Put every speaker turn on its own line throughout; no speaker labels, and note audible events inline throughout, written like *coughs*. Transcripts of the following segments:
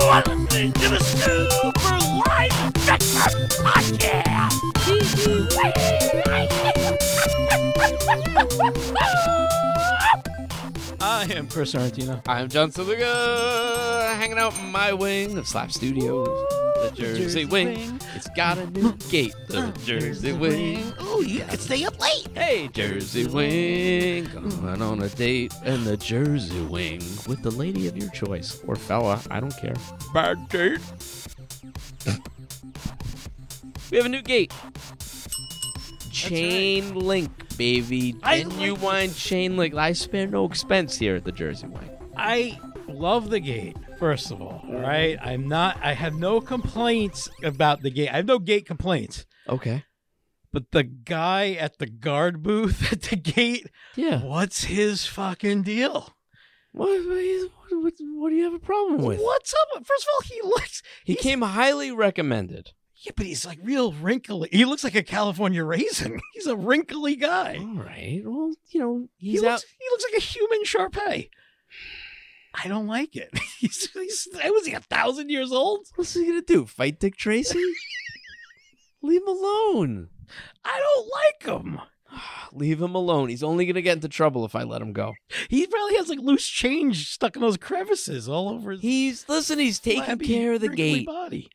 listening to the Super Life Fiction Podcast.
I am Chris Sorrentino.
I'm John Saluga, hanging out in my wing of Slap Studios. The Jersey,
Jersey
wing.
wing.
It's got a new gate. The Jersey wing.
Ooh, you could stay up late.
Hey, Jersey wing. Going on a date in the Jersey wing with the lady of your choice or fella. I don't care. Bad date. *laughs* we have a new gate. Chain link, baby.
I
Genuine
like
chain link. I spare no expense here at the Jersey wing.
I love the gate, first of all. All right. I'm not, I have no complaints about the gate. I have no gate complaints.
Okay.
But the guy at the guard booth *laughs* at the gate,
Yeah.
what's his fucking deal?
What, what, is- what, what, what do you have a problem with?
What's up? First of all, he looks,
He came highly recommended.
yeah, but he's like real wrinkly. He looks like a California raisin. *laughs* He's a wrinkly guy.
All right. Well, you know, he's
he,
out.
looks, he looks like a human Sharpei. I don't like it. *laughs* He's, he's, was he a thousand years old?
What's he going to do? Fight Dick *laughs* Tracy? Leave him alone.
I don't like him.
Leave him alone. He's only going to get into trouble if I let him go.
He probably has like loose change stuck in those crevices all over his
He's, listen, he's taking
flabby,
care of the
wrinkly
gate.
body.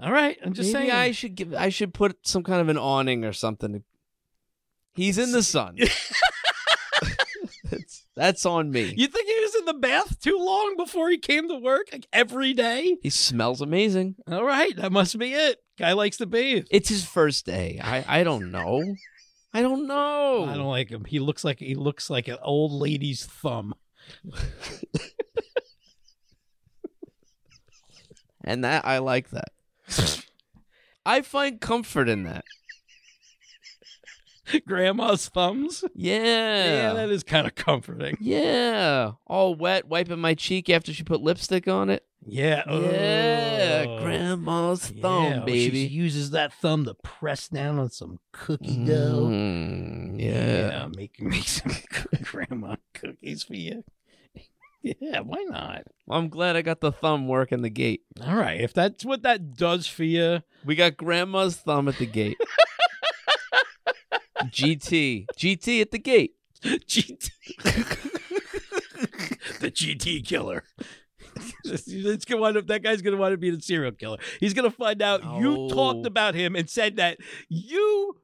All right, I'm just
Maybe
saying.
I should give, I should put some kind of an awning or something. He's in *laughs* the sun. that's, that's on me.
you think he was in the bath too long before he came to work, like every day?
He smells amazing.
All right, that must be it. Guy likes to bathe.
It's his first day. I, I don't know. I don't know.
I don't like him. He looks like he looks like an old lady's thumb. *laughs*
And that I like that. *laughs* I find comfort in that.
Grandma's thumbs. Yeah,
Yeah. Yeah,
that is kind of comforting.
All wet, wiping my cheek after she put lipstick on it.
Yeah.
Yeah.
oh.
Grandma's
Yeah,
thumb,
well, she
baby.
uses that thumb to press down on some cookie dough.
Mm, Mm-hmm. yeah.
Yeah, make *laughs* make some good grandma cookies for you. *laughs* Yeah, why not?
I'm glad I got the thumb working the gate.
All right, if that's what that does for you,
We got grandma's thumb at
*laughs*
the gate. GT. GT at the gate.
GT, *laughs* the GT killer. it's gonna wind up. That guy's gonna wind up being a serial killer. He's gonna find out you
Oh.
talked about him and said that you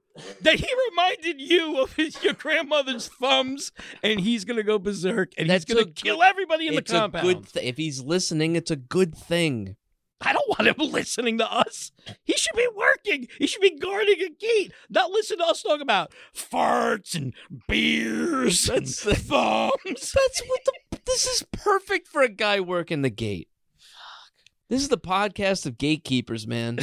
that he reminded you of his, your grandmother's thumbs, and he's gonna go berserk and
That's
he's
a
gonna
good-
kill everybody in
it's
the compound.
a good th- if he's listening, it's a good thing.
I don't want him *laughs* listening to us. He should be working. He should be guarding a gate, not listen to us talk about farts and beers and
*laughs* That's-
thumbs.
That's what the. This is perfect for a guy working the gate. This is the podcast of gatekeepers, *laughs* man.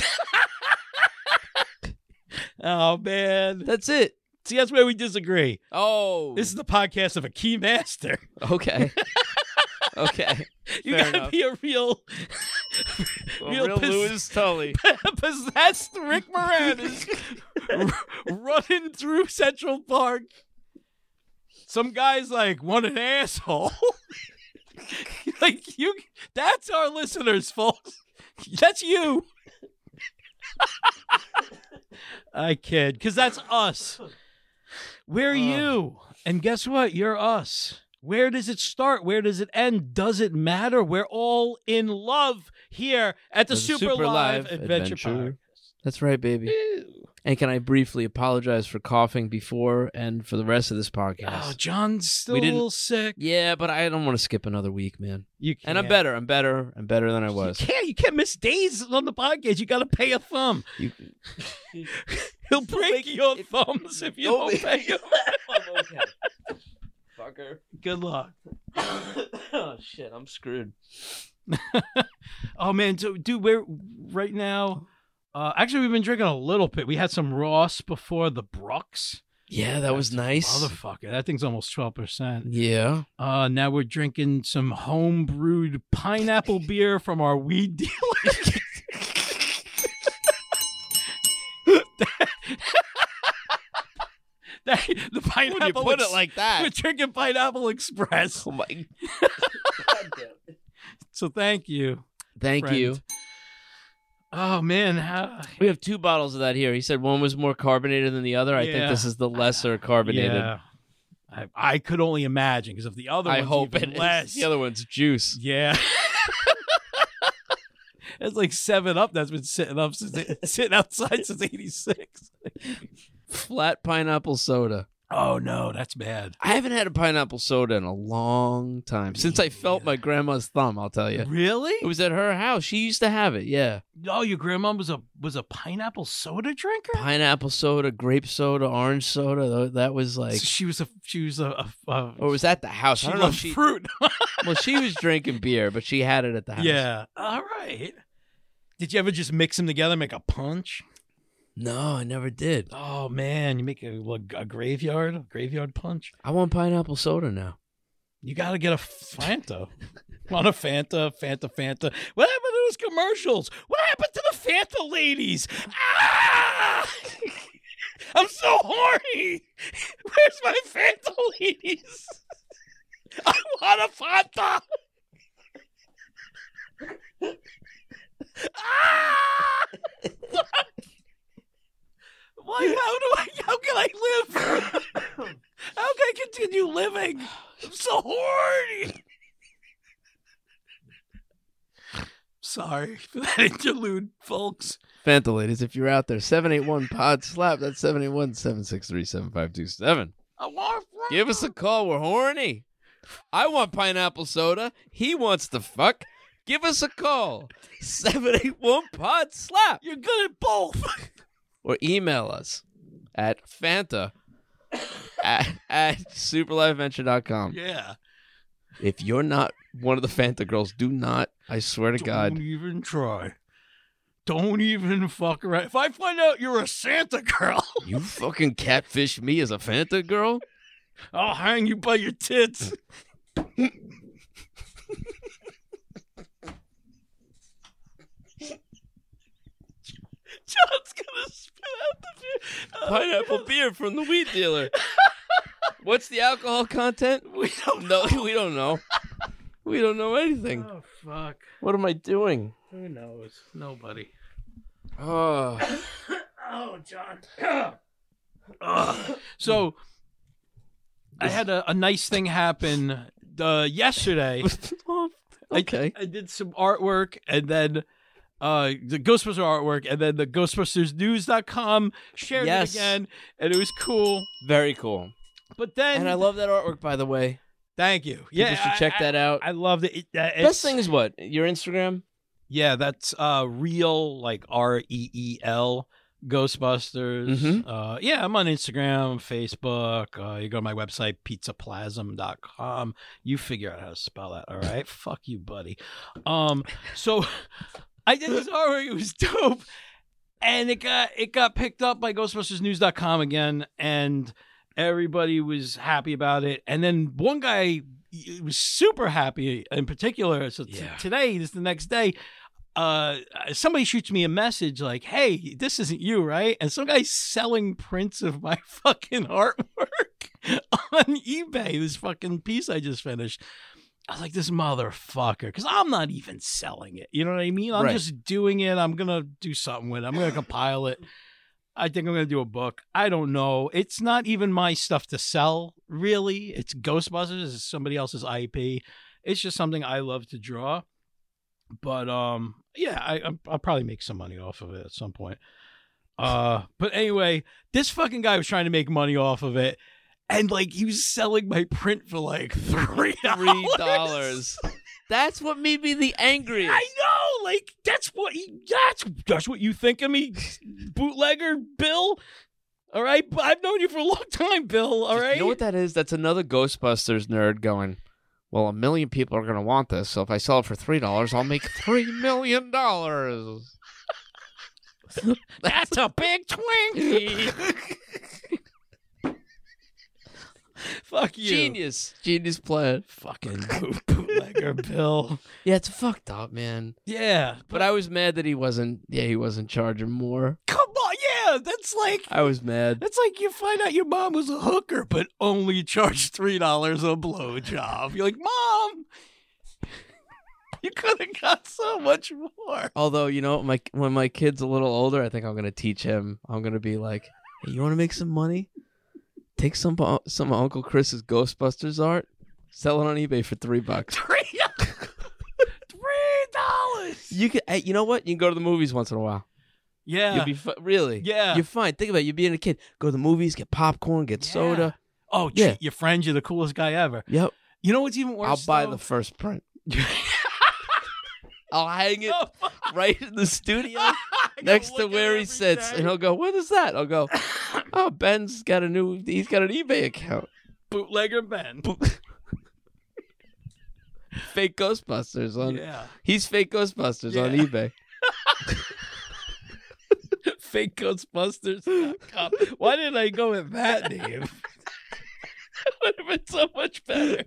Oh man,
That's it.
see that's where we disagree.
Oh,
This is the podcast of a key
*laughs*
master.
okay. okay,
You
Fair
gotta
enough.
be a real, *laughs* real, pos-
Tully.
possessed Rick Moranis *laughs* r- running through Central Park. Some guy's like, "What an asshole!" *laughs* like you, that's our listeners, folks. That's you. *laughs* I kid, because that's us. We're you, and guess what? You're us. Where does it start? Where does it end? Does it matter? We're all in love here at the, Super, Live Adventure, Park.
That's right, baby. And can I briefly apologize for coughing before and for the rest of this podcast?
Oh, John's still a
didn't-
little sick.
yeah, but I don't want to skip another week, man.
You
And I'm
can't-
better. I'm better. I'm better than I was. *laughs*
You can't. You can't miss days on the podcast. You got to pay a thumb.
You-
*laughs* He'll break your
if-
thumbs if you
Oh,
don't pay him.
I'm okay. Fucker.
*laughs* Good luck.
oh shit, I'm screwed.
Oh man, so dude, we're right now. Uh, actually, we've been drinking a little bit. We had some Ross before the Brooks.
Yeah, that was nice.
Motherfucker, that thing's almost twelve percent.
yeah.
Uh, now we're drinking some home brewed
*laughs*
pineapple beer from our weed dealer. *laughs* That- the pineapple. ex-
like
we're
that?
drinking *laughs* pineapple express.
Oh my.
So thank you.
*laughs* Thank
friend.
you.
Oh man, how,
We have two bottles of that here. He said one was more carbonated than the other. I
Yeah.
think this is the lesser carbonated.
yeah. I, I could only imagine because if the other
I
one's
hope
even
it is.
less,
The other one's juice.
yeah. *laughs* That's like seven up. That's been sitting up *laughs* since sitting outside since '86.
Flat pineapple soda.
Oh no, that's bad.
I haven't had a pineapple soda in a long time. Since I felt my grandma's thumb, I'll tell you.
Really?
It was at her house. She used to have it. Yeah.
Oh, your grandma was a was a pineapple soda drinker.
Pineapple soda, grape soda, orange soda. tho- That was
So
like.
she was a she was a, a, a
Or was that the house?
she
I don't know if
loved
she,
fruit.
well, she was drinking beer, but she had it at the house.
yeah. All right. Did you ever just mix them together, make a punch?
No, I never did.
Oh man, you make a, like, a graveyard, a graveyard punch.
I want pineapple soda now.
You got to get a Fanta. On a Fanta, Fanta, Fanta. What happened to those commercials? What happened to the Fanta ladies? Ah! I'm so horny. Where's my Fanta ladies? I want a Fanta. Ah! Why? How do I? How can I live? How can I continue living? I'm so horny. Sorry for that *laughs* interlude, folks.
Fanta ladies, if you're out there, 781 pod slap. That's 781 763 7527.
I want
Give us a call. We're horny. I want pineapple soda. He wants to fuck. Give us a call. 781 pod slap.
You're good at both. *laughs*
Or email us at Fanta at, at superlifeventure.com.
yeah.
If you're not one of the Fanta girls, do not, I swear to God.
Don't even try. Don't even fuck around. If I find out you're a Santa girl, *laughs*
You fucking catfish me as a Fanta girl?
I'll hang you by your tits. *laughs* John's gonna spit out the beer.
pineapple beer from the weed dealer. What's the alcohol content? We don't know. *laughs* We don't know. We don't know anything.
Oh fuck!
What am I *sighs* doing?
Who knows? Nobody.
Oh,
Oh, John. *coughs* so, I had a, a nice thing happen uh, yesterday.
okay.
I did some artwork and then uh the Ghostbusters artwork and then the GhostbustersNews.com shared
Yes.
it again and it was cool.
Very cool.
But then
And I love that artwork, by the way.
thank you.
People
Yeah,
should check
I,
that out.
I, I loved it. it uh, it's-
Best thing is what your Instagram.
Yeah, that's uh real like R E E L Ghostbusters.
Mhm.
Uh yeah, I'm on Instagram, Facebook. Uh you go to my website pizzaplasm.com. You figure out how to spell that, all right? Fuck you, buddy. Um so I did this artwork, it was *laughs* dope. And it got it got picked up by ghostbustersnews.com again and everybody was happy about it. And then one guy was super happy in particular. So t-
Yeah.
today, this is the next day, uh, somebody shoots me a message like, "Hey, this isn't you, right?" And some guy's selling prints of my *laughs* fucking artwork *laughs* on eBay. This fucking piece I just finished. I was like, "This motherfucker," because I'm not even selling it. You know what I mean? I'm
Right.
just doing it. I'm gonna do something with it. I'm gonna compile it. I think I'm gonna do a book. I don't know. It's not even my stuff to sell, really. It's Ghostbusters. It's somebody else's IP. It's just something I love to draw but um yeah I, I'm- i'll probably make some money off of it at some point uh but anyway this fucking guy was trying to make money off of it and like he was selling my print for like *laughs* three
Three dollars. That's what made me the angriest.
*laughs* i know like that's what he that's that's what you think of me bootlegger bill all right but i've known you for a long time bill all right
You know what that is? That's another Ghostbusters nerd going. Well, a million people are going to want this, so if I sell it for three dollars, I'll make
*laughs*
three million dollars. *laughs*
that's a big twinkie fuck you
Genius. Genius plan.
fucking boot- bootlegger bill
Yeah, it's fucked up, man.
yeah
But I was mad that he wasn't yeah, he wasn't charging more.
Come on, yeah, that's like
I was mad.
that's like you find out your mom was a hooker, but only charged three dollars a blowjob. You're like, mom, You could have got so much more. *laughs*
Although you know, my when my kid's a little older, I think I'm gonna teach him. I'm gonna be like, "Hey, you want to make some money? Take some uh, some of Uncle Chris's Ghostbusters art, sell it on eBay for three bucks.
Three, three dollars.
You can, hey, you know what? You can go to the movies once in a while.
Yeah.
You'll be fi- really,
Yeah.
You're fine. Think about it. you being a kid. Go to the movies, get popcorn, get
Yeah.
soda.
oh, gee,
Yeah.
your friend, you're the coolest guy ever.
Yep.
You know what's even worse?
I'll buy
though?
the
*laughs*
first print. I'll hang *laughs* it
Oh, fuck.
right in the studio
*laughs* I
next
gotta
to
look
where
at
he
every
sits,
day.
and he'll go, "What is that?"
*laughs*
I'll go, "Oh, Ben's got a new. He's got an eBay account."
bootlegger Ben.
fake Ghostbusters on.
yeah.
He's fake Ghostbusters on
Yeah. *laughs*
eBay. *laughs*
Fake Ghostbusters.com. Why didn't I go with that name? *laughs* Would have been so much better.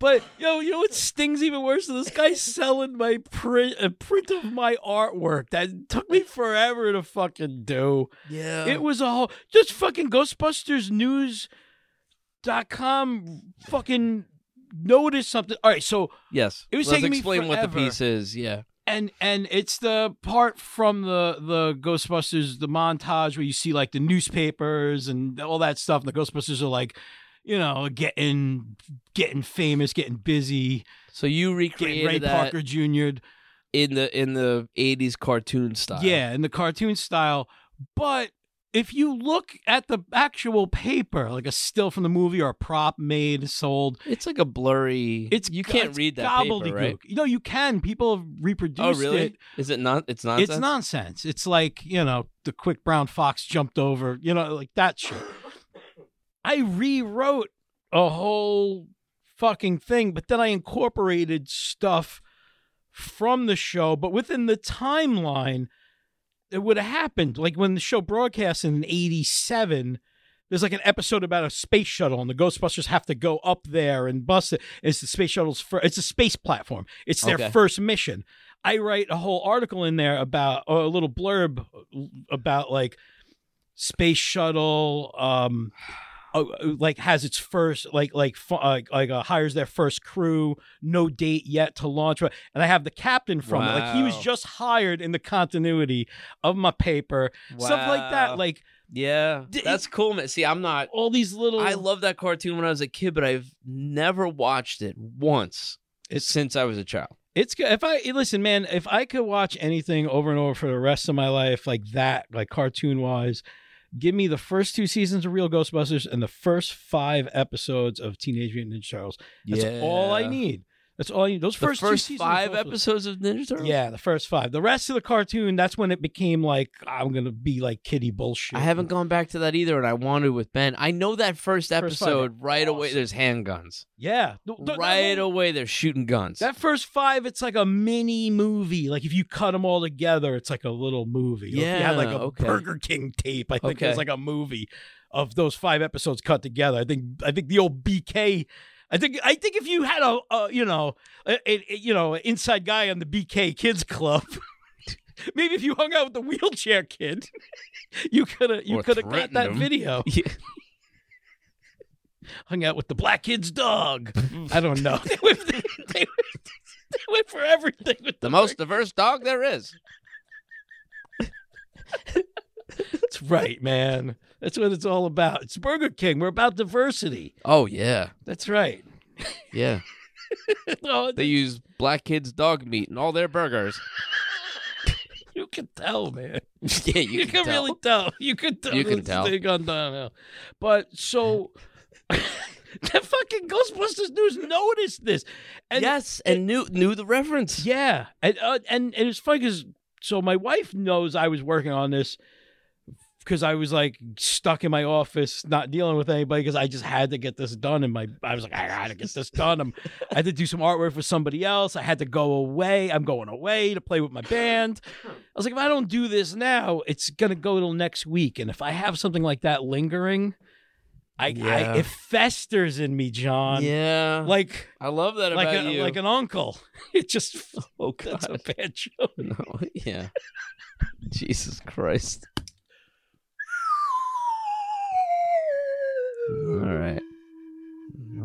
But yo, you know what stings even worse? This guy's selling my print, a print of my artwork that took me forever to fucking do.
Yeah.
It was a whole just fucking Ghostbusters News dot com fucking notice something. All right, so
yes.
it was
Let's
taking me
explain what the
forever.
piece is. Yeah.
and and it's the part from the the Ghostbusters the montage where you see like the newspapers and all that stuff. And the Ghostbusters are like, you know, getting getting famous, getting busy,
So you
getting
recreated
Ray
that
Parker Jr.
in the in the eighties cartoon style.
Yeah, in the cartoon style. But if you look at the actual paper, like a still from the movie or a prop made sold,
It's like a blurry.
it's
you
go-
can't
it's
read that
gobbledygook.
paper, right?
No, you can. People have reproduced
Oh, really?
it.
Is it not? It's nonsense.
It's nonsense. It's like, you know, the quick brown fox jumped over, you know, like that shit. I rewrote a whole fucking thing, but then I incorporated stuff from the show, but within the timeline, it would have happened. Like when the show broadcast in 87, there's like an episode about a space shuttle, and the Ghostbusters have to go up there and bust it. It's the space shuttle's first, it's a space platform, it's their
Okay.
first mission. I write a whole article in there about, or a little blurb about like space shuttle, um, uh, like has its first like like fu- uh, like uh, hires their first crew no date yet to launch and i have the captain from it like he was
Wow.
just hired in the continuity of my paper stuff like
Wow.
that like
Yeah.
D- Oh.
That's cool, man. See, I'm not.
all these little
I love that cartoon when I was a kid, but I've never watched it once
It's-
since I was a child.
it's good if i eh, listen man if i could watch anything over and over for the rest of my life like that like cartoon wise give me the first two seasons of real ghostbusters and the first five episodes of teenage mutant ninja turtles that's all i
Yeah.
need that's all I need. Those
The
first,
first,
two seasons of
five
Ghostbusters-
episodes of Ninja Turtles.
Yeah, the first five. The rest of the cartoon, that's when it became like I'm gonna be like kitty bullshit.
I haven't gone back to that either, and I wanted with Ben. I know that first
five are
episode right away.
awesome.
There's handguns.
Yeah, Th- th- that
right
whole-
away, they're shooting guns.
That first five, it's like a mini movie. Like if you cut them all together, it's like a little movie. Or if you had like
Yeah,
a
okay.
Burger King tape, I think it was
Okay.
like a movie of those five episodes cut together. I think I think the old BK. I think I think if you had a, a you know a, a- you know an inside guy on the BK Kids Club, *laughs* maybe if you hung out with the wheelchair kid, *laughs* you could have you
Or
could have got
threatened
that
him.
video.
*laughs* Yeah.
hung out with the black kid's dog. I don't know. *laughs* they, went, they, they went- they went for everything with
the most diverse dog there is.
That's right, man. That's what it's all about. It's Burger King. We're about diversity.
Oh yeah,
That's right.
yeah.
*laughs* No,
They use black kids' dog meat in all their burgers.
you can tell, man.
*laughs* yeah, you,
You can,
tell.
really tell. You can tell.
You can
this
tell.
Thing on Donnell. But so *laughs* the fucking Ghostbusters news noticed this. And
yes, and knew knew the reference.
Yeah, and uh, and, and it's funny because so my wife knows I was working on this because I was like stuck in my office, not dealing with anybody because I just had to get this done. And my I was like, I gotta get this done. I'm, I had to do some artwork for somebody else. I had to go away. I'm going away to play with my band. I was like, if I don't do this now, it's gonna go till next week. And if I have something like that lingering, I,
Yeah.
I it festers in me, John.
Yeah,
Like
I love that about
like a,
you.
like an uncle. *laughs* It just oh god, that's a bad joke.
*laughs* no, yeah. Jesus Christ. All right.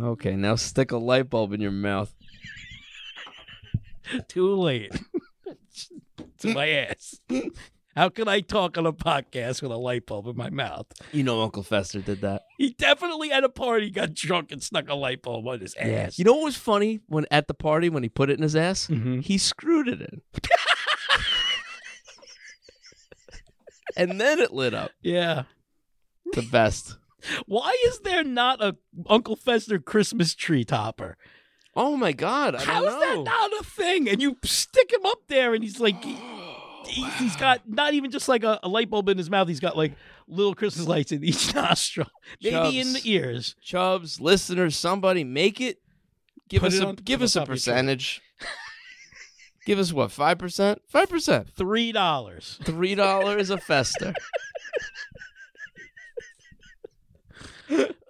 All Okay, now stick a light bulb in your mouth.
*laughs* Too late. to my ass. How can I talk on a podcast with a light bulb in my mouth?
You know Uncle Fester did that.
He definitely at a party got drunk and snuck a light bulb on his ass.
You know what was funny when at the party when he put it in his ass?
Mhm.
He screwed it in. *laughs* and then it lit up.
Yeah.
The best.
Why is there not a Uncle Fester Christmas tree topper?
Oh my god. I
How is
don't
that
know.
not a thing? And you stick him up there, and he's
*gasps*
like, he, has got not even just like a, a light bulb in his mouth. He's got like little Christmas lights in each *laughs* nostril, maybe in the
Chubs.
ears.
Chubbs, listeners, somebody make it. Give
Put
us
it
a
on-
give
on
us a
top of your tree.
percentage. *laughs* give us what? 5%? 5%.
Three dollars.
Three dollars a fester.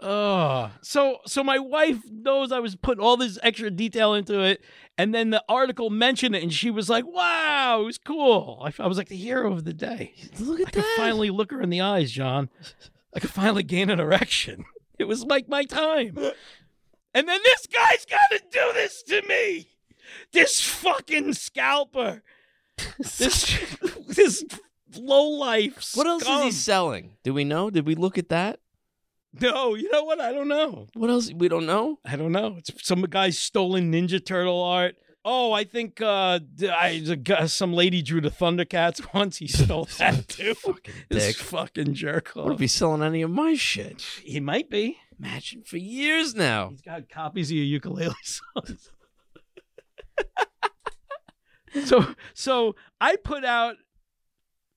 Oh, so so my wife knows I was putting all this extra detail into it, and then the article mentioned it, and she was like, "Wow, it was cool." I, I was like the hero of the day.
Look at
I could finally look her in the eyes, John. I could finally gain an erection. It was like my time. And then this guy's got to do this to me. This fucking scalper.
*laughs*
This this low life.
what else is he selling? Do we know? Did we look at that?
No, you know what? I don't know.
What else? We don't know.
I don't know. It's some guy's stolen Ninja Turtle art. Oh, I think uh, d- I, the guy- some lady drew the Thundercats *laughs* once. He stole *laughs*
*laughs*
that too.
Fucking
this *laughs*
dick.
fucking jerk.
What if
off.
he's selling any of my shit?
He might be.
Imagine for years now.
He's got copies of your ukulele *laughs* songs. so so I put out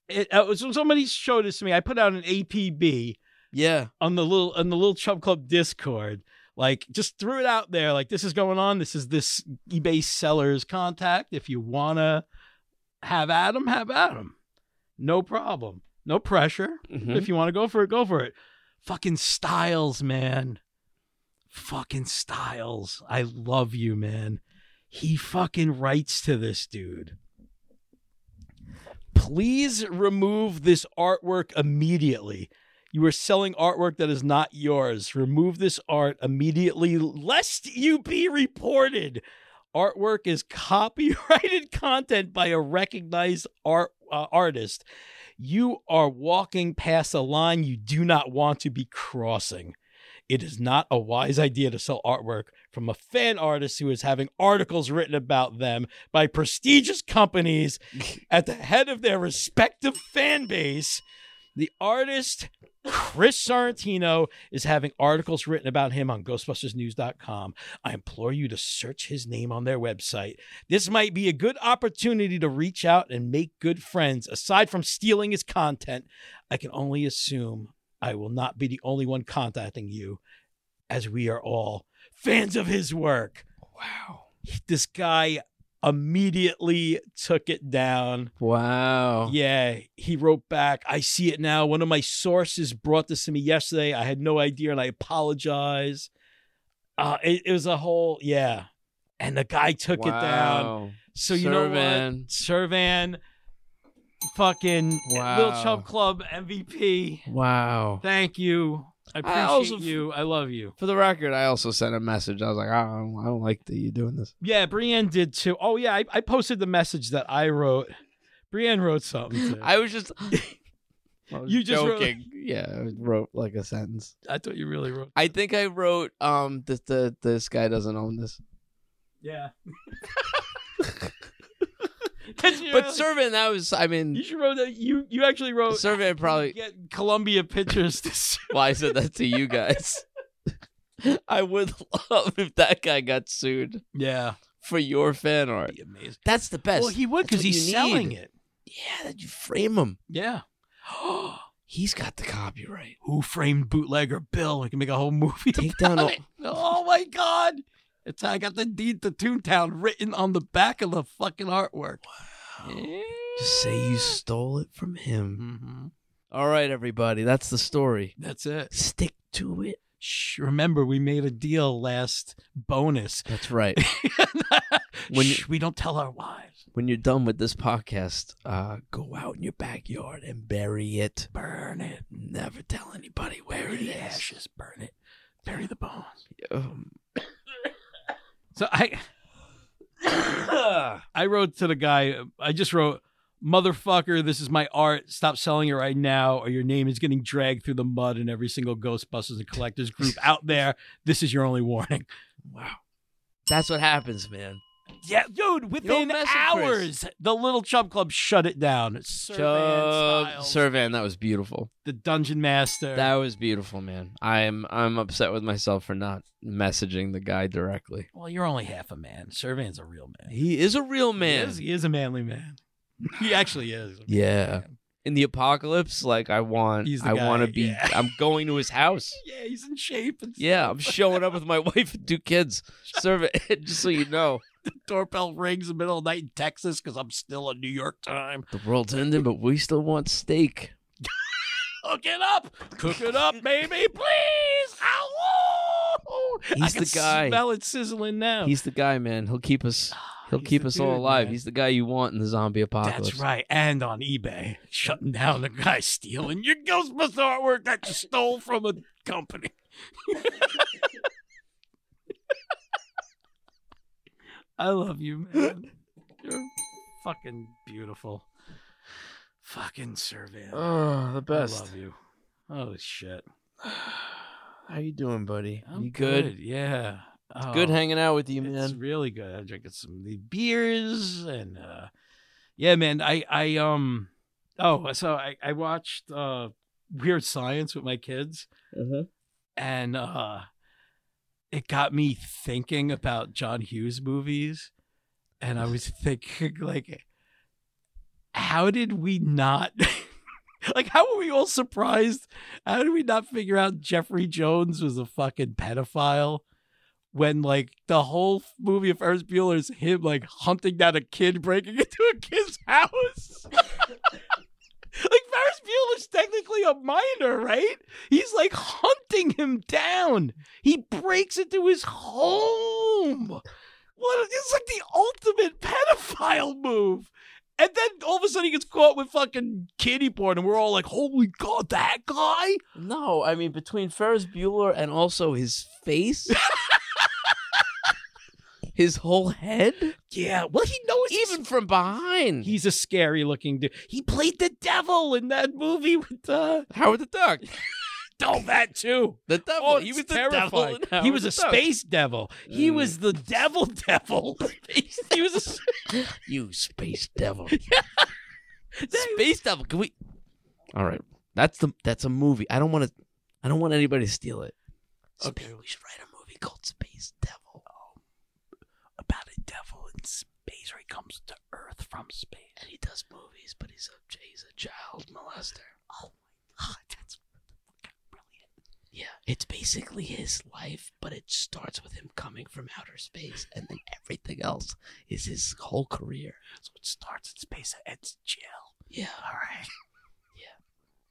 it, uh, so somebody showed this to me. I put out an APB
Yeah.
on the little on the little Chub Club Discord. Like just threw it out there. Like this is going on. This is this eBay seller's contact. If you wanna have at him, have at him. No problem. No pressure.
Mhm.
If you want to go for it, go for it. Fucking Styles, man. Fucking Styles. I love you, man. He fucking writes to this dude. Please remove this artwork immediately. You are selling artwork that is not yours. Remove this art immediately, lest you be reported. Artwork is copyrighted *laughs* content by a recognized art uh, artist you are walking past a line you do not want to be crossing. It is not a wise idea to sell artwork from a fan artist who is having articles written about them by prestigious companies at the head of their respective fan base. The artist, Chris Sorrentino, is having articles written about him on GhostbustersNews.com. I implore you to search his name on their website. This might be a good opportunity to reach out and make good friends. Aside from stealing his content, I can only assume I will not be the only one contacting you, as we are all fans of his work.
Wow.
This guy immediately took it down.
Wow.
Yeah, he wrote back, I see it now. One of my sources brought this to me yesterday. I had no idea and I apologize. Uh, it, it was a whole, yeah. And the guy took it down.
Wow.
So you know
Servan.
what? Servan, fucking
Wow.
Lil Chub Club MVP.
Wow.
Thank you. I appreciate
I also f-
you. I love you.
For the record, I also sent a message. I was like, I don't, I don't like that you're doing this.
Yeah, Brienne did too. Oh yeah, I, I posted the message that I wrote. Brienne wrote something. Too. I,
I was just. *laughs* I was
You just wrote-
joking. *laughs* Yeah, I wrote like a sentence.
I thought you really wrote.
I think I wrote um that the this guy doesn't own this.
*laughs* Yeah. That's really-
But Servant, that was I mean
you should wrote that. You you actually wrote.
Servant probably
get Columbia Pictures to
*laughs*
sue.
Well, I said that to you *laughs* guys. I would *laughs* love if that guy got sued
Yeah,
for your fan art.
be amazing.
That's the best.
Well, he would because
That's what
he's
you
selling
need.
it.
yeah, that you frame him. *gasps*
Yeah. *gasps*
He's got the copyright.
Who Framed Bootlegger Bill. We can make a whole movie.
Take down
about
all-
it. Oh my god! It's I got the deed to Toontown written on the back of the fucking artwork. Eh?
Just say you stole it from him.
hmm
All right, everybody, that's the story.
That's it.
Stick to it.
Shh, remember, we made a deal last bonus.
That's right. *laughs* When you-
Shh, we don't tell our wives.
when you're done with this podcast, uh, go out in your backyard and bury it. Burn it. Never tell anybody where it
The
is.
ashes burn it. Bury the bones.
Um,
So
*coughs*
I I wrote to the guy, I just wrote, motherfucker, this is my art. Stop selling it right now, or your name is getting dragged through the mud in every single Ghostbusters and collectors
*laughs*
group out there. This is your only warning. Wow.
that's what happens, man.
Yeah, dude, within
mess with
hours, the Little Chub Club shut it down. Servan
Chub
Styles,
Servan, that was beautiful.
the Dungeon Master.
That was beautiful, man. I'm I'm upset with myself for not messaging the guy directly.
well, you're only half a man. Servan's a real man.
He is a real man.
He is, he is a manly man. *laughs* He actually is.
Yeah. In the apocalypse, like I want,
He's the
I
guy,
want to be.
yeah.
I'm going to his house.
Yeah, he's in shape. And
Yeah,
stuff.
I'm showing up with my *laughs* wife and two kids. Serve it, *laughs* just so you know.
doorbell rings in the middle of the night in Texas because I'm still in New York time.
The world's ending, but we still want steak.
Cook it up, cook it up,
*laughs*
baby, please. Ow! I
He's
can
the guy.
Smell it sizzling now.
He's the guy, man. He'll keep us. He'll
Oh. He's
keep
the
us all
dude,
alive.
man.
He's the guy you want in the zombie apocalypse.
That's right. And on eBay, shutting down the guy stealing your Ghostbuster artwork that you stole from a company. *laughs* I love you, man. You're fucking beautiful. Fucking Servan.
Oh, the
I love you. Oh shit.
*sighs* How you doing, buddy?
I'm
you good?
Yeah. Oh,
Good hanging out with you,
It's
man.
really good. I'm drinking some of the beers and uh yeah, man. I I um oh so I I watched uh Weird Science with my kids and uh it got me thinking about John Hughes movies and I was thinking like how did we not *laughs* like how were we all surprised how did we not figure out Jeffrey Jones was a fucking pedophile when like the whole movie of Ernst Bueller's him like hunting down a kid breaking *laughs* into a kid's house *laughs* Like Ferris Bueller's technically a minor, right? He's like hunting him down. He breaks into his home. What? It's like the ultimate pedophile move. And then all of a sudden he gets caught with fucking kitty porn, and we're all like, "Holy god, that guy!"
No, I mean between Ferris Bueller and also his *laughs* face, his whole head,
Yeah. Well, he knows even
even from behind.
he's a scary looking dude. He played the devil in that movie with uh,
Howard the Duck.
oh that too.
The devil.
Oh,
he
it's
was
terrifying.
terrifying.
He was a space devil. He
Mm.
was the devil devil. he was a s-
You space *laughs* devil.
That-
space devil. Can we? All right. That's the. That's a movie. I don't want to. I don't want anybody to steal it.
Okay.
Space- we should write a movie called Space Devil.
about a devil in space where he comes to Earth from space. *laughs*
And he does movies, but he's a he's a child molester.
God, Ah, that's
Yeah, it's basically his life, but it starts with him coming from outer space, and then everything else is his whole career.
so it starts in space and ends in jail.
Yeah,
All
*laughs*
right.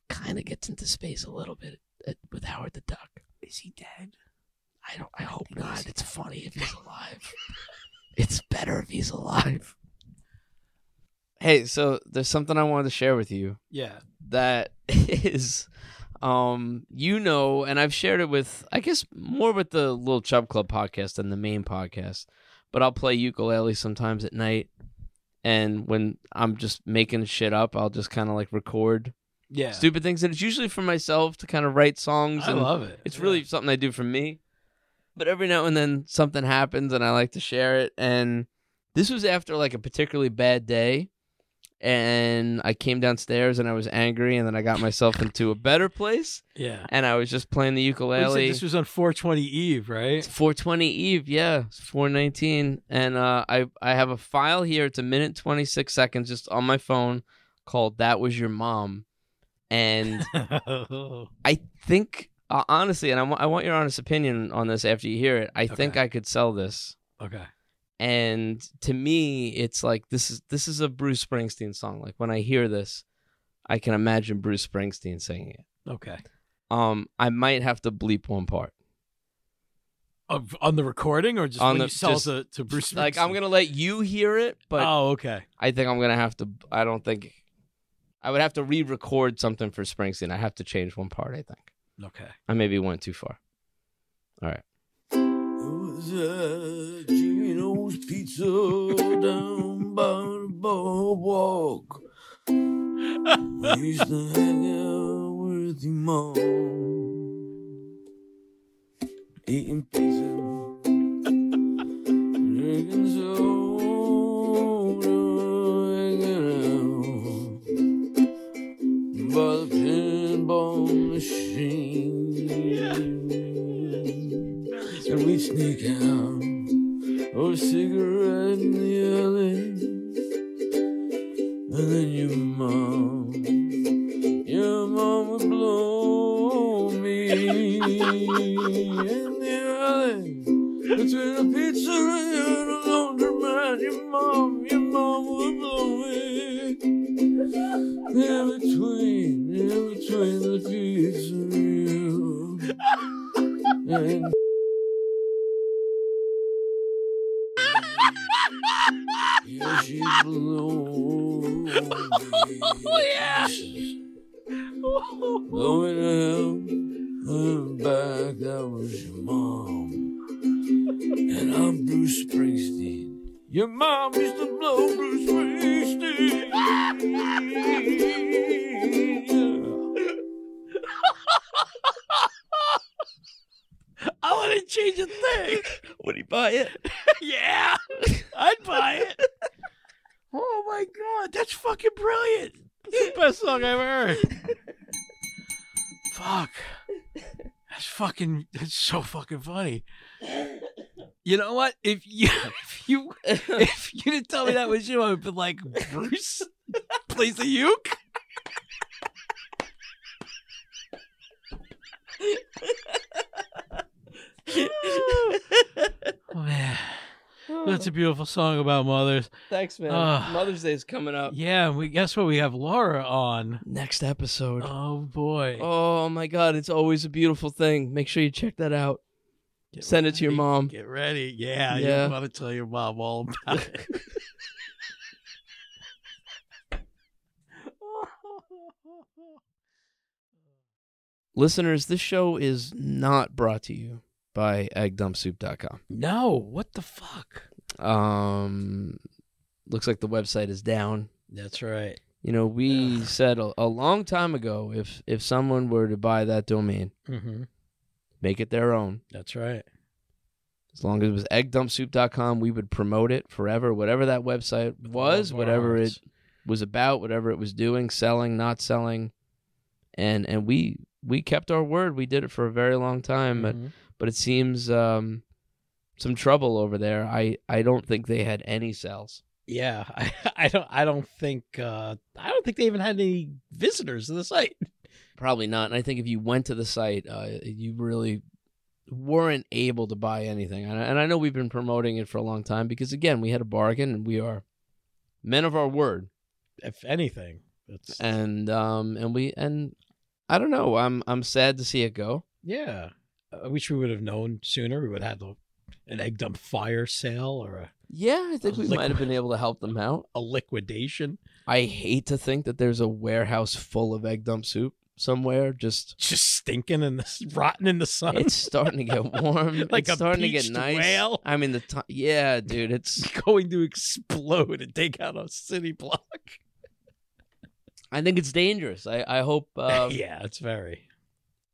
kind of gets into space a little bit uh, with Howard the Duck.
Is he dead?
I don't. I hope not. It's funny if he's alive. it's better if he's alive. Hey, so there's something I wanted to share with you
Yeah.
that *laughs* is, um, you know, and I've shared it with, I guess, more with the Little Chub Club podcast than the main podcast. But I'll play ukulele sometimes at night, and when I'm just making shit up, I'll just kind of like record
Yeah.
stupid things, and it's usually for myself to kind of write songs.
I
and
love it.
it's really something I do for me. But every now and then something happens and I like to share it. And this was after like a particularly bad day. And I came downstairs and I was angry. And then I got myself into a better place.
yeah.
And I was just playing the
Well, you said
ukulele.
this was on 420 Eve, right? *laughs*
It's 420 Eve, yeah, it's 419, and uh, I I have a file here. It's a minute 26 seconds, just on my phone, called "That Was Your Mom," and
Oh.
I think uh, honestly, and I wa- I want your honest opinion on this after you hear it. I think
Okay.
I could sell this,
okay.
and to me, it's like this is this is a Bruce Springsteen song. Like when I hear this, I can imagine Bruce Springsteen singing it.
Okay.
Um, I might have to bleep one part.
Of, on the recording or just
On
when
the-
you sell
just-
to, to Bruce
Like I'm
Springsteen?
gonna let you hear it, but
oh, okay.
I think I'm gonna have to. I don't think I would have to re-record something for Springsteen. I have to change one part. I think
Okay. *laughs*
I maybe went too far. All right.
It was at Gino's Pizza down by the boardwalk. We used to hang out with your mom, eating pizza, drinking soda, hanging out by the pinball machine. And we sneak out or a cigarette in the alley. And then your mom, your mom would blow me in the alley. Between a pizzeria and a laundromat, your mom, your mom would blow me. In between, in between the pizzeria and Yeah, she blew. oh, yeah. Blowing him and back, that was your mom. And I'm Bruce Springsteen. Your mom used to blow Bruce Springsteen. Yeah.
I wouldn't change a thing. *laughs*
Would he buy it?
yeah, I'd buy *laughs* it. Oh my god, that's fucking brilliant. That's the best song I've ever heard. *laughs* Fuck. That's fucking that's so fucking funny. You know what? If you *laughs* if you if you didn't tell me that was you, I would have been like, Bruce plays the uke? Oh, man. That's a beautiful song about mothers.
*laughs* Thanks, man.
Ah.
Mother's Day is coming up.
Yeah, we guess what we have Laura on.
Next episode.
Oh boy.
Oh my God, it's always a beautiful thing. Make sure you check that out.
Get
Send it to your
ready.
mom.
Get ready. Yeah,
Yeah.
you want to tell your mom
*laughs*
all about it.
Listeners, this show is not brought to you by eggdumpsoup.com.
no, Oh, what the fuck?
Um, looks like the website is down.
That's right.
You know, we said a, a long time ago if if someone were to buy that domain,
Mm-hmm.
make it their own.
That's right.
As long as it was eggdumpsoup.com, we would promote it forever. Whatever that website
With all
was,
of our
whatever it
hearts.
was about, whatever it was doing, selling, not selling, and and we we kept our word. We did it for a very long time, but
Mhm.
but it seems um, some trouble over there. I I don't think they had any sales.
Yeah, I, I don't. I don't think. Uh, I don't think they even had any visitors to the site.
Probably not. And I think if you went to the site, uh, you really weren't able to buy anything. And I, and I know we've been promoting it for a long time because again, we had a bargain, and we are men of our word.
If anything, it's
And um and we and I don't know. I'm I'm sad to see it go.
yeah. I wish we would have known sooner. We would have had an egg dump fire sale or a,
Yeah, I think we
Like-
might have been able to help them out.
a liquidation.
I hate to think that there's a warehouse full of egg dump soup somewhere. Just
just stinking and this rotting in the sun.
it's starting to *laughs* get warm.
Like
it's
a
starting to get
beached
nice.
whale.
I mean the t- yeah, dude. It's
*laughs* going to explode and take out a city block. *laughs*
I think it's dangerous. I I *laughs* hope um,
yeah, it's very.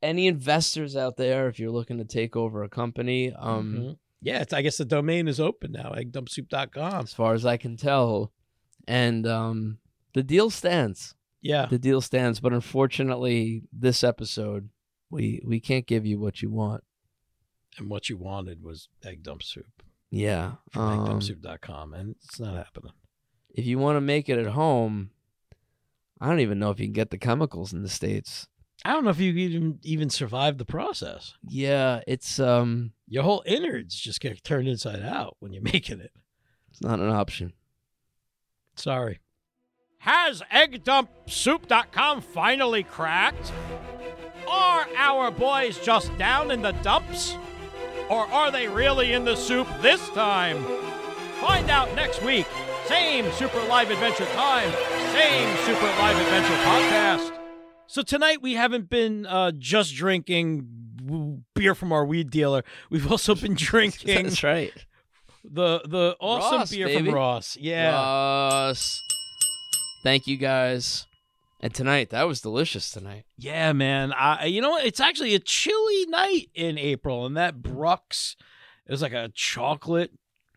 any investors out there, if you're looking to take over a company, um,
Mhm. yeah, it's, I guess the domain is open now. Eggdumpsoup.com.
as far as I can tell, and um, the deal stands.
Yeah,
The deal stands. But unfortunately, this episode, we we can't give you what you want.
and what you wanted was egg dump soup
Yeah.
from
um,
eggdumpsoup.com, and it's not happening.
if you want to make it at home, I don't even know if you can get the chemicals in the states.
I don't know if you even even survive the process.
Yeah, it's um,
Your whole innards just get turned inside out when you're *laughs* making it.
it's not an option. *laughs*
Sorry.
Has eggdumpsoup.com finally cracked? Are our boys just down in the dumps? Or are they really in the soup this time? Find out next week. Same Super Live Adventure time, same Super Live Adventure podcast.
So tonight we haven't been uh, just drinking w- beer from our weed dealer. We've
*laughs*
also been drinking
That's right.
the the awesome
Ross,
beer
baby.
from Ross. Yeah.
Ross. Thank you guys. And tonight, that was delicious tonight.
Yeah, man. I you know what? it's actually a chilly night in April, and that Brux is like a chocolate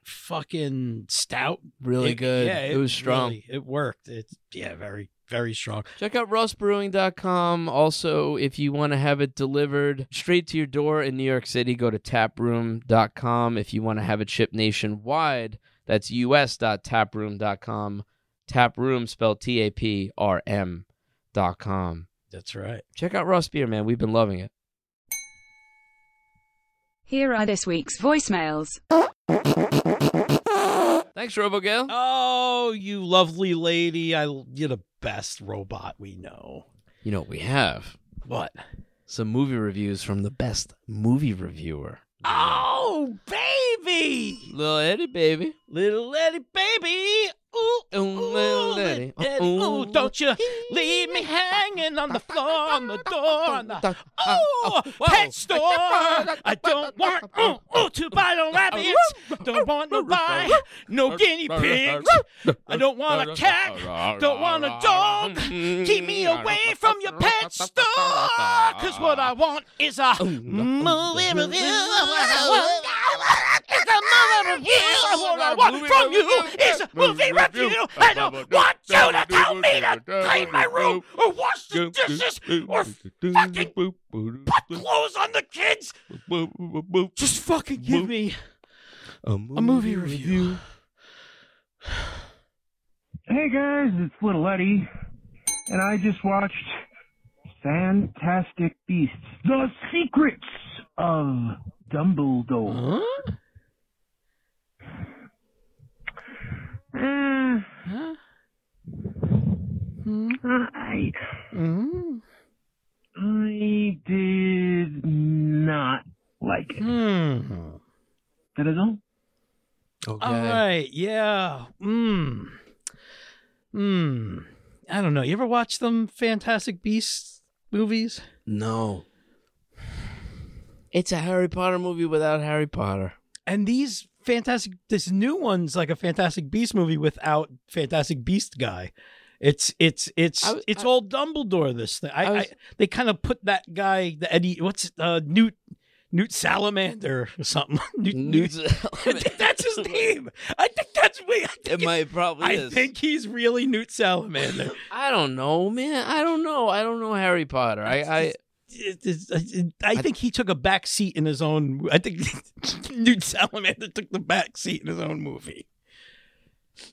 fucking stout.
Really
It-
good.
Yeah,
it, was strong.
really- it worked. It's yeah, very very strong.
Check out rossbrewing.com. Also, if you want to have it delivered straight to your door in New York City, go to taproom.com. If you want to have it shipped nationwide, that's us.taproom.com. Taproom spelled T A P R M dot com.
That's right.
Check out Ross Beer, man. We've been loving it.
Here are this week's voicemails.
Thanks, RoboGale.
Oh, you lovely lady! I you're the best robot we know.
You know what we have?
What?
Some movie reviews from the best movie reviewer.
Oh, baby,
Little Eddie, baby.
little Eddie, baby. Ooh,
Ooh, little Eddie.
Ooh, don't you leave me hanging on the *laughs* floor, on the door, on the *laughs* Oh, pet store! I don't *laughs* want ooh, ooh, to buy no rabbits. Don't want to buy no guinea pigs. I don't want a cat. Don't want a dog. Keep me away from your pet store. Cause what I want is *laughs* a movie review. It's a movie review. What I want from you is a movie review. I don't want you to tell me to clean my room or wash the dishes or fucking put clothes on the kids. Just fucking give me
A
a movie review.
Hey guys, it's Little Eddie, and I just watched Fantastic Beasts: The Secrets of Dumbledore.
Huh?
Eh, I, I did not like it.
Hmm.
That is all.
Okay.
All right. Yeah. Hmm. Hmm. I don't know. You ever watch them Fantastic Beasts movies?
No. It's a Harry Potter movie without Harry Potter.
And these Fantastic, this new one's like a Fantastic Beast movie without Fantastic Beast guy. It's it's it's
I was-
it's
I-
all Dumbledore. This thing. I,
I
I,
was-
they kind of put that guy, the Eddie. What's uh, Newt Newt Salamander or something? *laughs*
*laughs*
Newt, Newt. I think that's his name. I think that's wait. I think
It
it's-
might probably
I
is.
think he's really Newt Salamander.
I don't know, man. I don't know. I don't know Harry Potter. I, I
It- it- it- I think he took a back seat in his own. I think *laughs* Newt Salamander took the back seat in his own movie.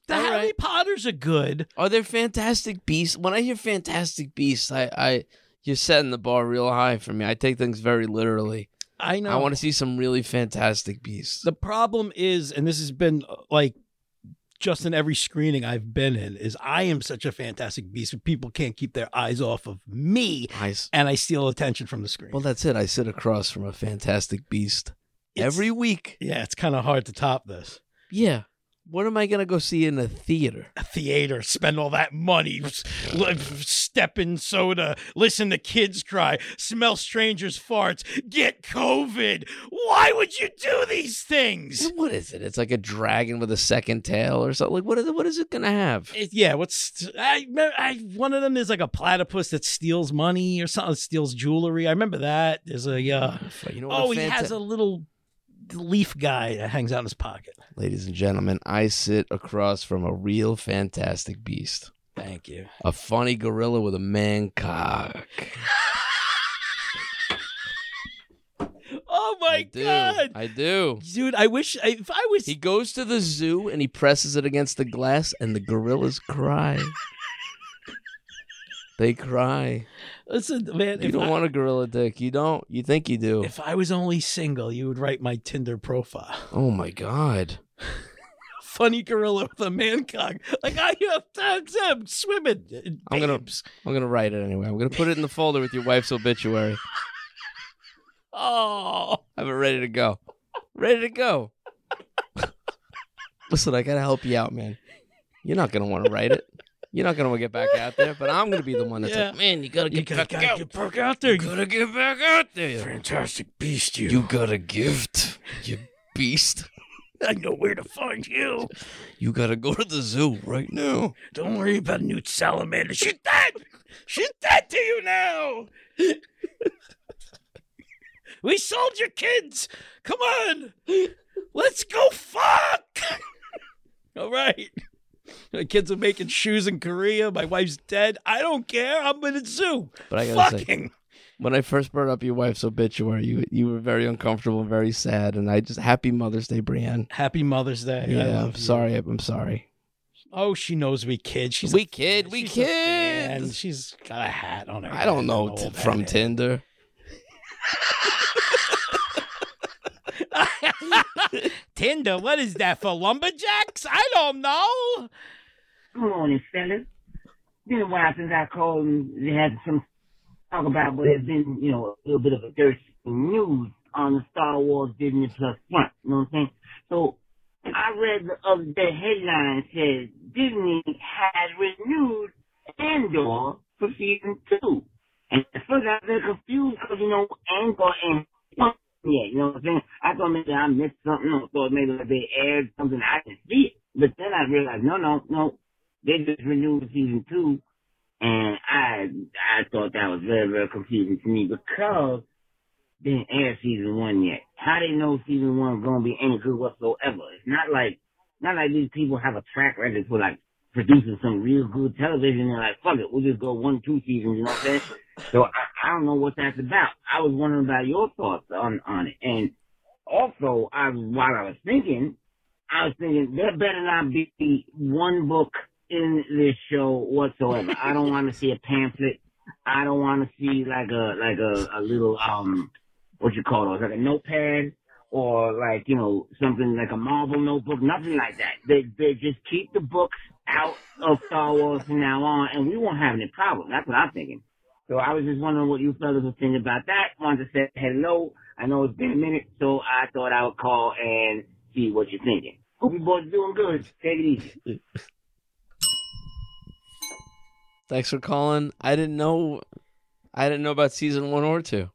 The
All
Harry
right.
Potters are good.
are there Fantastic Beasts? When I hear Fantastic Beasts, I, I you're setting the bar real high for me. I take things very literally.
I know.
I want to see some really Fantastic Beasts.
the problem is, and this has been uh, like just in every screening I've been in, is I am such a fantastic beast, that people can't keep their eyes off of me,
I s-
and I steal attention from the screen.
well, that's it. I sit across from a Fantastic Beast
It's-
every week.
yeah, it's kind of hard to top this.
Yeah. What am I gonna go see in a theater?
a theater, spend all that money, s- l- step in soda, listen to kids cry, smell strangers' farts, get COVID. Why would you do these things?
What is it? It's like a dragon with a second tail or something. Like what is it, what is it gonna have?
It- yeah, what's I, me- I? One of them is like a platypus that steals money or something, steals jewelry. I remember that. There's a uh,
But you know what
oh, he
fanta-
has a little leaf guy that hangs out in his pocket.
Ladies and gentlemen, I sit across from a real fantastic beast.
Thank you.
A funny gorilla with a man cock.
Oh
I
my
do.
god,
I do.
dude! I wish I, if I was
He goes to the zoo and he presses it against the glass and the
*laughs*
gorillas cry. they cry.
listen, man.
You
if
don't
I-
want a gorilla dick. You don't. You think you do.
If I was only single, you would write my Tinder profile. *laughs*
oh my god.
Funny gorilla with a man cock. Like I have times I'm swimming. in
I'm gonna-
babes.
I'm gonna write it anyway. I'm gonna put it in the folder with your wife's obituary.
Oh,
I have it ready to go. Ready to *laughs* go. Listen, I gotta help you out, man. You're not gonna want to write it. You're not gonna get *laughs* back out there, but I'm gonna be the one that's
Yeah.
like, man, you gotta get back out.
Get back out there.
gotta get back out there.
Fantastic beast,
You got a gift, you beast.
I know where to find you.
You gotta go to the zoo right now.
Don't worry about Newt Salamander. She's dead. She's dead to you now. *laughs* we sold your kids. Come on. Let's go fuck. *laughs* All right. My kids are making shoes in Korea. My wife's dead. I don't care. I'm in a zoo.
But I gotta say,
Fucking.
when I first brought up your wife's obituary, you you were very uncomfortable and very sad, and I just happy Mother's Day, Brienne.
Happy Mother's Day. I
Yeah,
love
I'm
you.
sorry. I'm sorry.
Oh, she knows we kid. She's
We
a
kid,
fan.
we
She's a
kid.
fan. She's got a hat on her.
I don't
head,
know
an
t-
old
from
hat.
Tinder.
*laughs* Tinder, what is that for lumberjacks? I don't know.
Good morning, fellas. Been a while since I called and had some talk about what has been, you know, a little bit of a dirty news on the Star Wars Disney Plus front. You know what I'm saying? So I read the other day headline says Disney has renewed Andor for season two. And at first I was a little confused because, you know, Andor and yeah, you know what I'm saying? I thought maybe I missed something or thought maybe they aired something I didn't see. it. But then I realized, no, no, no. They just renewed season two. And I, I thought that was very, very confusing to me because they didn't air season one yet. How they know season one is going to be any good whatsoever? It's not like, not like these people have a track record for like producing some real good television. They're like, fuck it, we'll just go one, two seasons, you know what I'm saying? So I, I don't know what that's about. I was wondering about your thoughts on, on it. And also, I, while I was thinking, I was thinking there better not be one book in this show whatsoever. I don't want to see a pamphlet. I don't want to see like a like a, a little um what you call those like a notepad or like you know something like a Marvel notebook. Nothing like that. They they just keep the books out of Star Wars from now on, and we won't have any problem. That's what I'm thinking. So I was just wondering what you fellas were thinking about that. Wanted to say hello. I know it's been a minute, so I thought I would call and see what you're thinking. Hope you boys are doing good. Take it easy.
Thanks for calling. I didn't know. I didn't know about season one or two.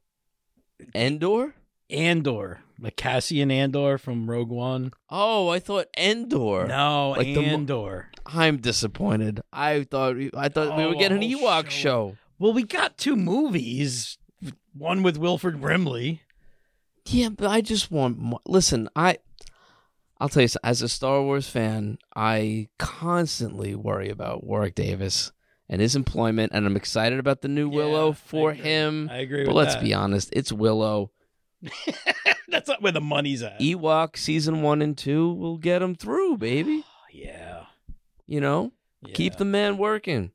Endor?
Andor, like Cassian Andor from Rogue One.
Oh, I thought Endor.
No,
Like the mo-
Andor.
I'm disappointed. I thought we, I thought we
Oh,
were getting an
a whole
Ewok
show.
show.
well, we got two movies. One with Wilford Brimley.
Yeah, but I just want more. Listen, I I'll tell you so- as a Star Wars fan, I constantly worry about Warwick Davis and his employment and I'm excited about the new Willow
Yeah,
for
I agree.
him.
I agree.
But
with *laughs*
let's
that.
be honest, it's Willow.
That's not where the money's at.
Ewok season 1 and 2 will get him through, baby.
yeah.
You know? Keep the man working.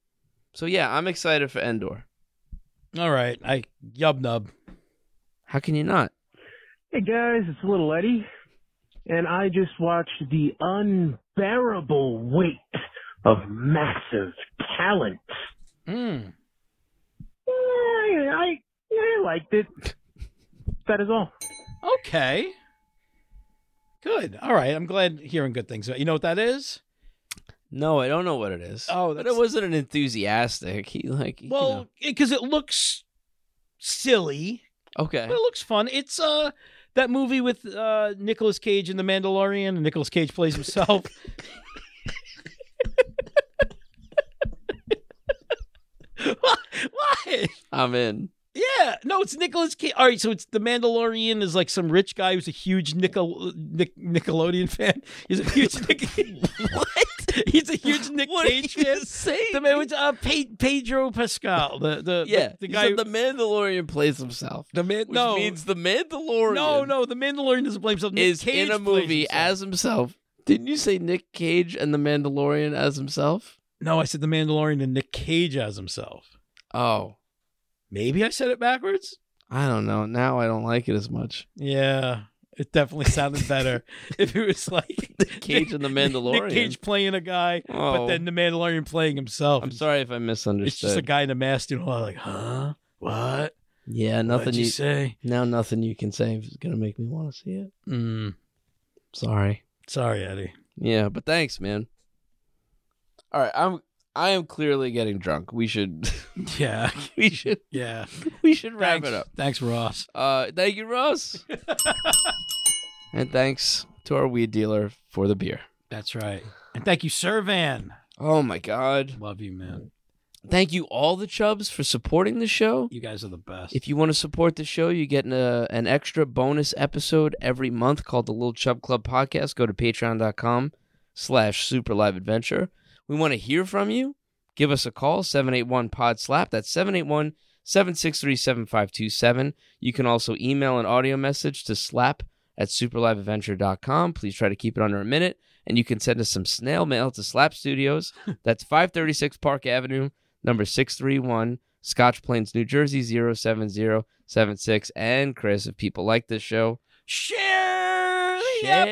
So yeah, I'm excited for Endor.
All right. I yub nub.
How can you not?
Hey guys, it's Little Eddie, and I just watched the unbearable weight of massive talent.
Mm.
Yeah, I, I, yeah, I liked it. That is all.
Okay. Good. All right. I'm glad hearing good things. You know what that is?
No, I don't know what it is.
Oh,
but it
that's-
wasn't an enthusiastic. He like you know.
Well, because it looks silly,
okay.
but it looks fun. It's uh that movie with uh Nicolas Cage and The Mandalorian, and Nicolas Cage plays
*laughs*
himself. *laughs* what? What?
I'm in.
Yeah, no, it's Nicolas Cage. All right, so it's the Mandalorian is like some rich guy who's a huge Nickel Nick, Nickelodeon fan. He's a huge Nick. *laughs* what? He's a huge Nick
What are
Cage *laughs*
you
fan.
saying?
The man with uh, Pe- Pedro Pascal, the the
Yeah,
the, the guy.
He said the Mandalorian plays himself.
the man,
Which
no,
means the Mandalorian
no, no, the Mandalorian doesn't blame himself. Nick
is
Cage
in a
plays
movie
himself.
as himself. Didn't you say Nick Cage and the Mandalorian as himself?
No, I said the Mandalorian and Nick Cage as himself.
Oh,
Maybe I said it backwards.
I don't know. Now I don't like it as
*laughs*
much.
Yeah, it definitely sounded
*laughs*
better if it was like
Nick Cage and the Mandalorian.
Nick Cage playing a guy, but
Oh.
then the Mandalorian playing himself.
I'm sorry if I
It's
misunderstood.
just a guy in a mask doing all like, huh? What?
yeah, nothing
What'd you,
you,
say?
now nothing you can say is gonna make me want to see it.
Mm,
Sorry.
sorry, Eddie.
*laughs* Yeah, but thanks, man. All right, I'm I am clearly getting drunk. We should *laughs*
Yeah.
we should
Yeah.
we should wrap
Thanks.
it up.
Thanks, Ross.
Uh thank you,
*laughs*
Ross. and thanks to our weed dealer for the beer.
That's right. And thank you, Servan.
Oh my god.
Love you, man.
Thank you all the Chubs for supporting the show.
You guys are the best.
If you want to support the show, you get an, uh, an extra bonus episode every month called the Little Chub Club Podcast. Go to patreon.com slash super live adventure. We want to hear from you. Give us a call, 781 Pod Slap. That's 781 763 7527. You can also email an audio message to slap at superliveadventure.com. Please try to keep it under a minute. And you can send us some snail mail to Slap Studios. That's 536 Park Avenue, number 631, Scotch Plains, New Jersey, 07076. And Chris, if people like this show,
share the
Share it.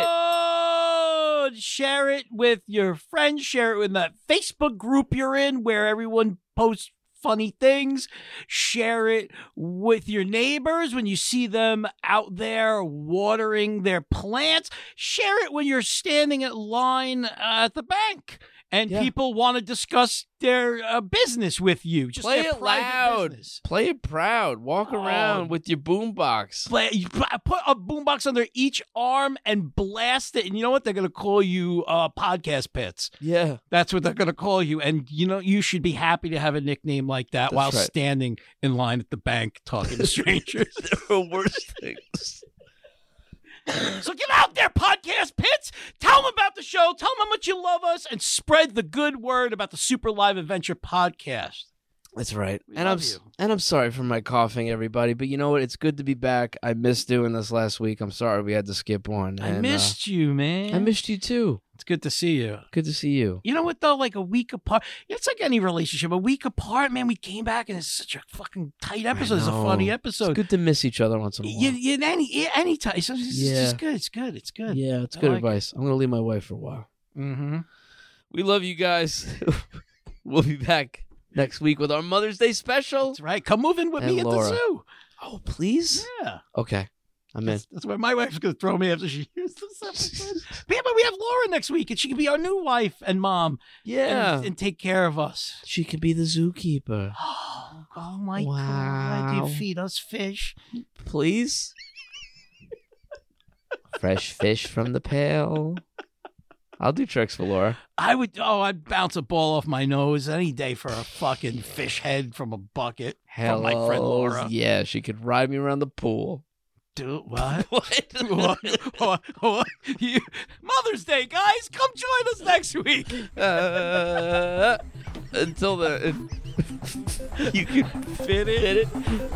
episode. Share it with your friends. Share it with that Facebook group you're in where everyone posts funny things. Share it with your neighbors when you see them out there watering their plants. Share it when you're standing at line uh, at the bank. And
Yeah.
people want to discuss their uh, business with you. Just
Play
their
it
private
loud.
business.
play it proud. Walk
Oh.
around with your boombox.
Bla- you pl- put a boombox under each arm and blast it. And you know what? They're going to call you uh, podcast pits.
Yeah.
That's what they're going to call you. And you know, you should be happy to have a nickname like that
That's
while
right.
standing in line at the bank talking to strangers.
*laughs* There are worse things.
so get out there, podcast pits. Tell them about the show. Tell them how much you love us and spread the good word about the Super Live Adventure podcast.
That's right.
We
and
love
I'm s-
you.
and I'm sorry for my coughing, everybody. But you know what? It's good to be back. I missed doing this last week. I'm sorry we had to skip one.
I
and, uh,
missed you, man.
I missed you too.
It's good to see you.
Good to see you.
You know what though? Like a week apart. It's like any relationship. A week apart, man. We came back and it's such a fucking tight episode. It's a
know.
funny
It's
episode.
good to miss each other once in a while.
You, you, any any time. It's, it's
Yeah.
just good. It's good. It's good.
yeah, it's
I
good
like it.
advice. I'm gonna leave my wife for a while.
Mm-hmm.
We love you guys. *laughs* we'll be back next week with our Mother's Day special.
That's right. Come move in with
And
me
Laura.
at the zoo.
Oh, please.
Yeah.
Okay, I'm in.
That's, that's where my wife's gonna throw me after she hears this
*laughs*
episode. but yeah, but we have Laura next week, and she can be our new wife and mom,
Yeah,
and, and take care of us. *gasps*
she could be the zookeeper.
Oh, my
Wow.
god! You feed us fish.
Please. Fresh fish from the pail. I'll do tricks for Laura.
I would. Oh, I'd bounce a ball off my nose any day for a fucking fish head from a bucket.
Hell,
From my friend Laura.
yeah, she could ride me around the pool.
Do what?
What?
*laughs* what? *laughs* What? What? You, Mother's Day, guys, come join us next week.
Uh, until the you can fit it, fit it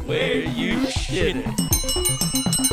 where you shit it.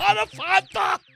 On a fanta.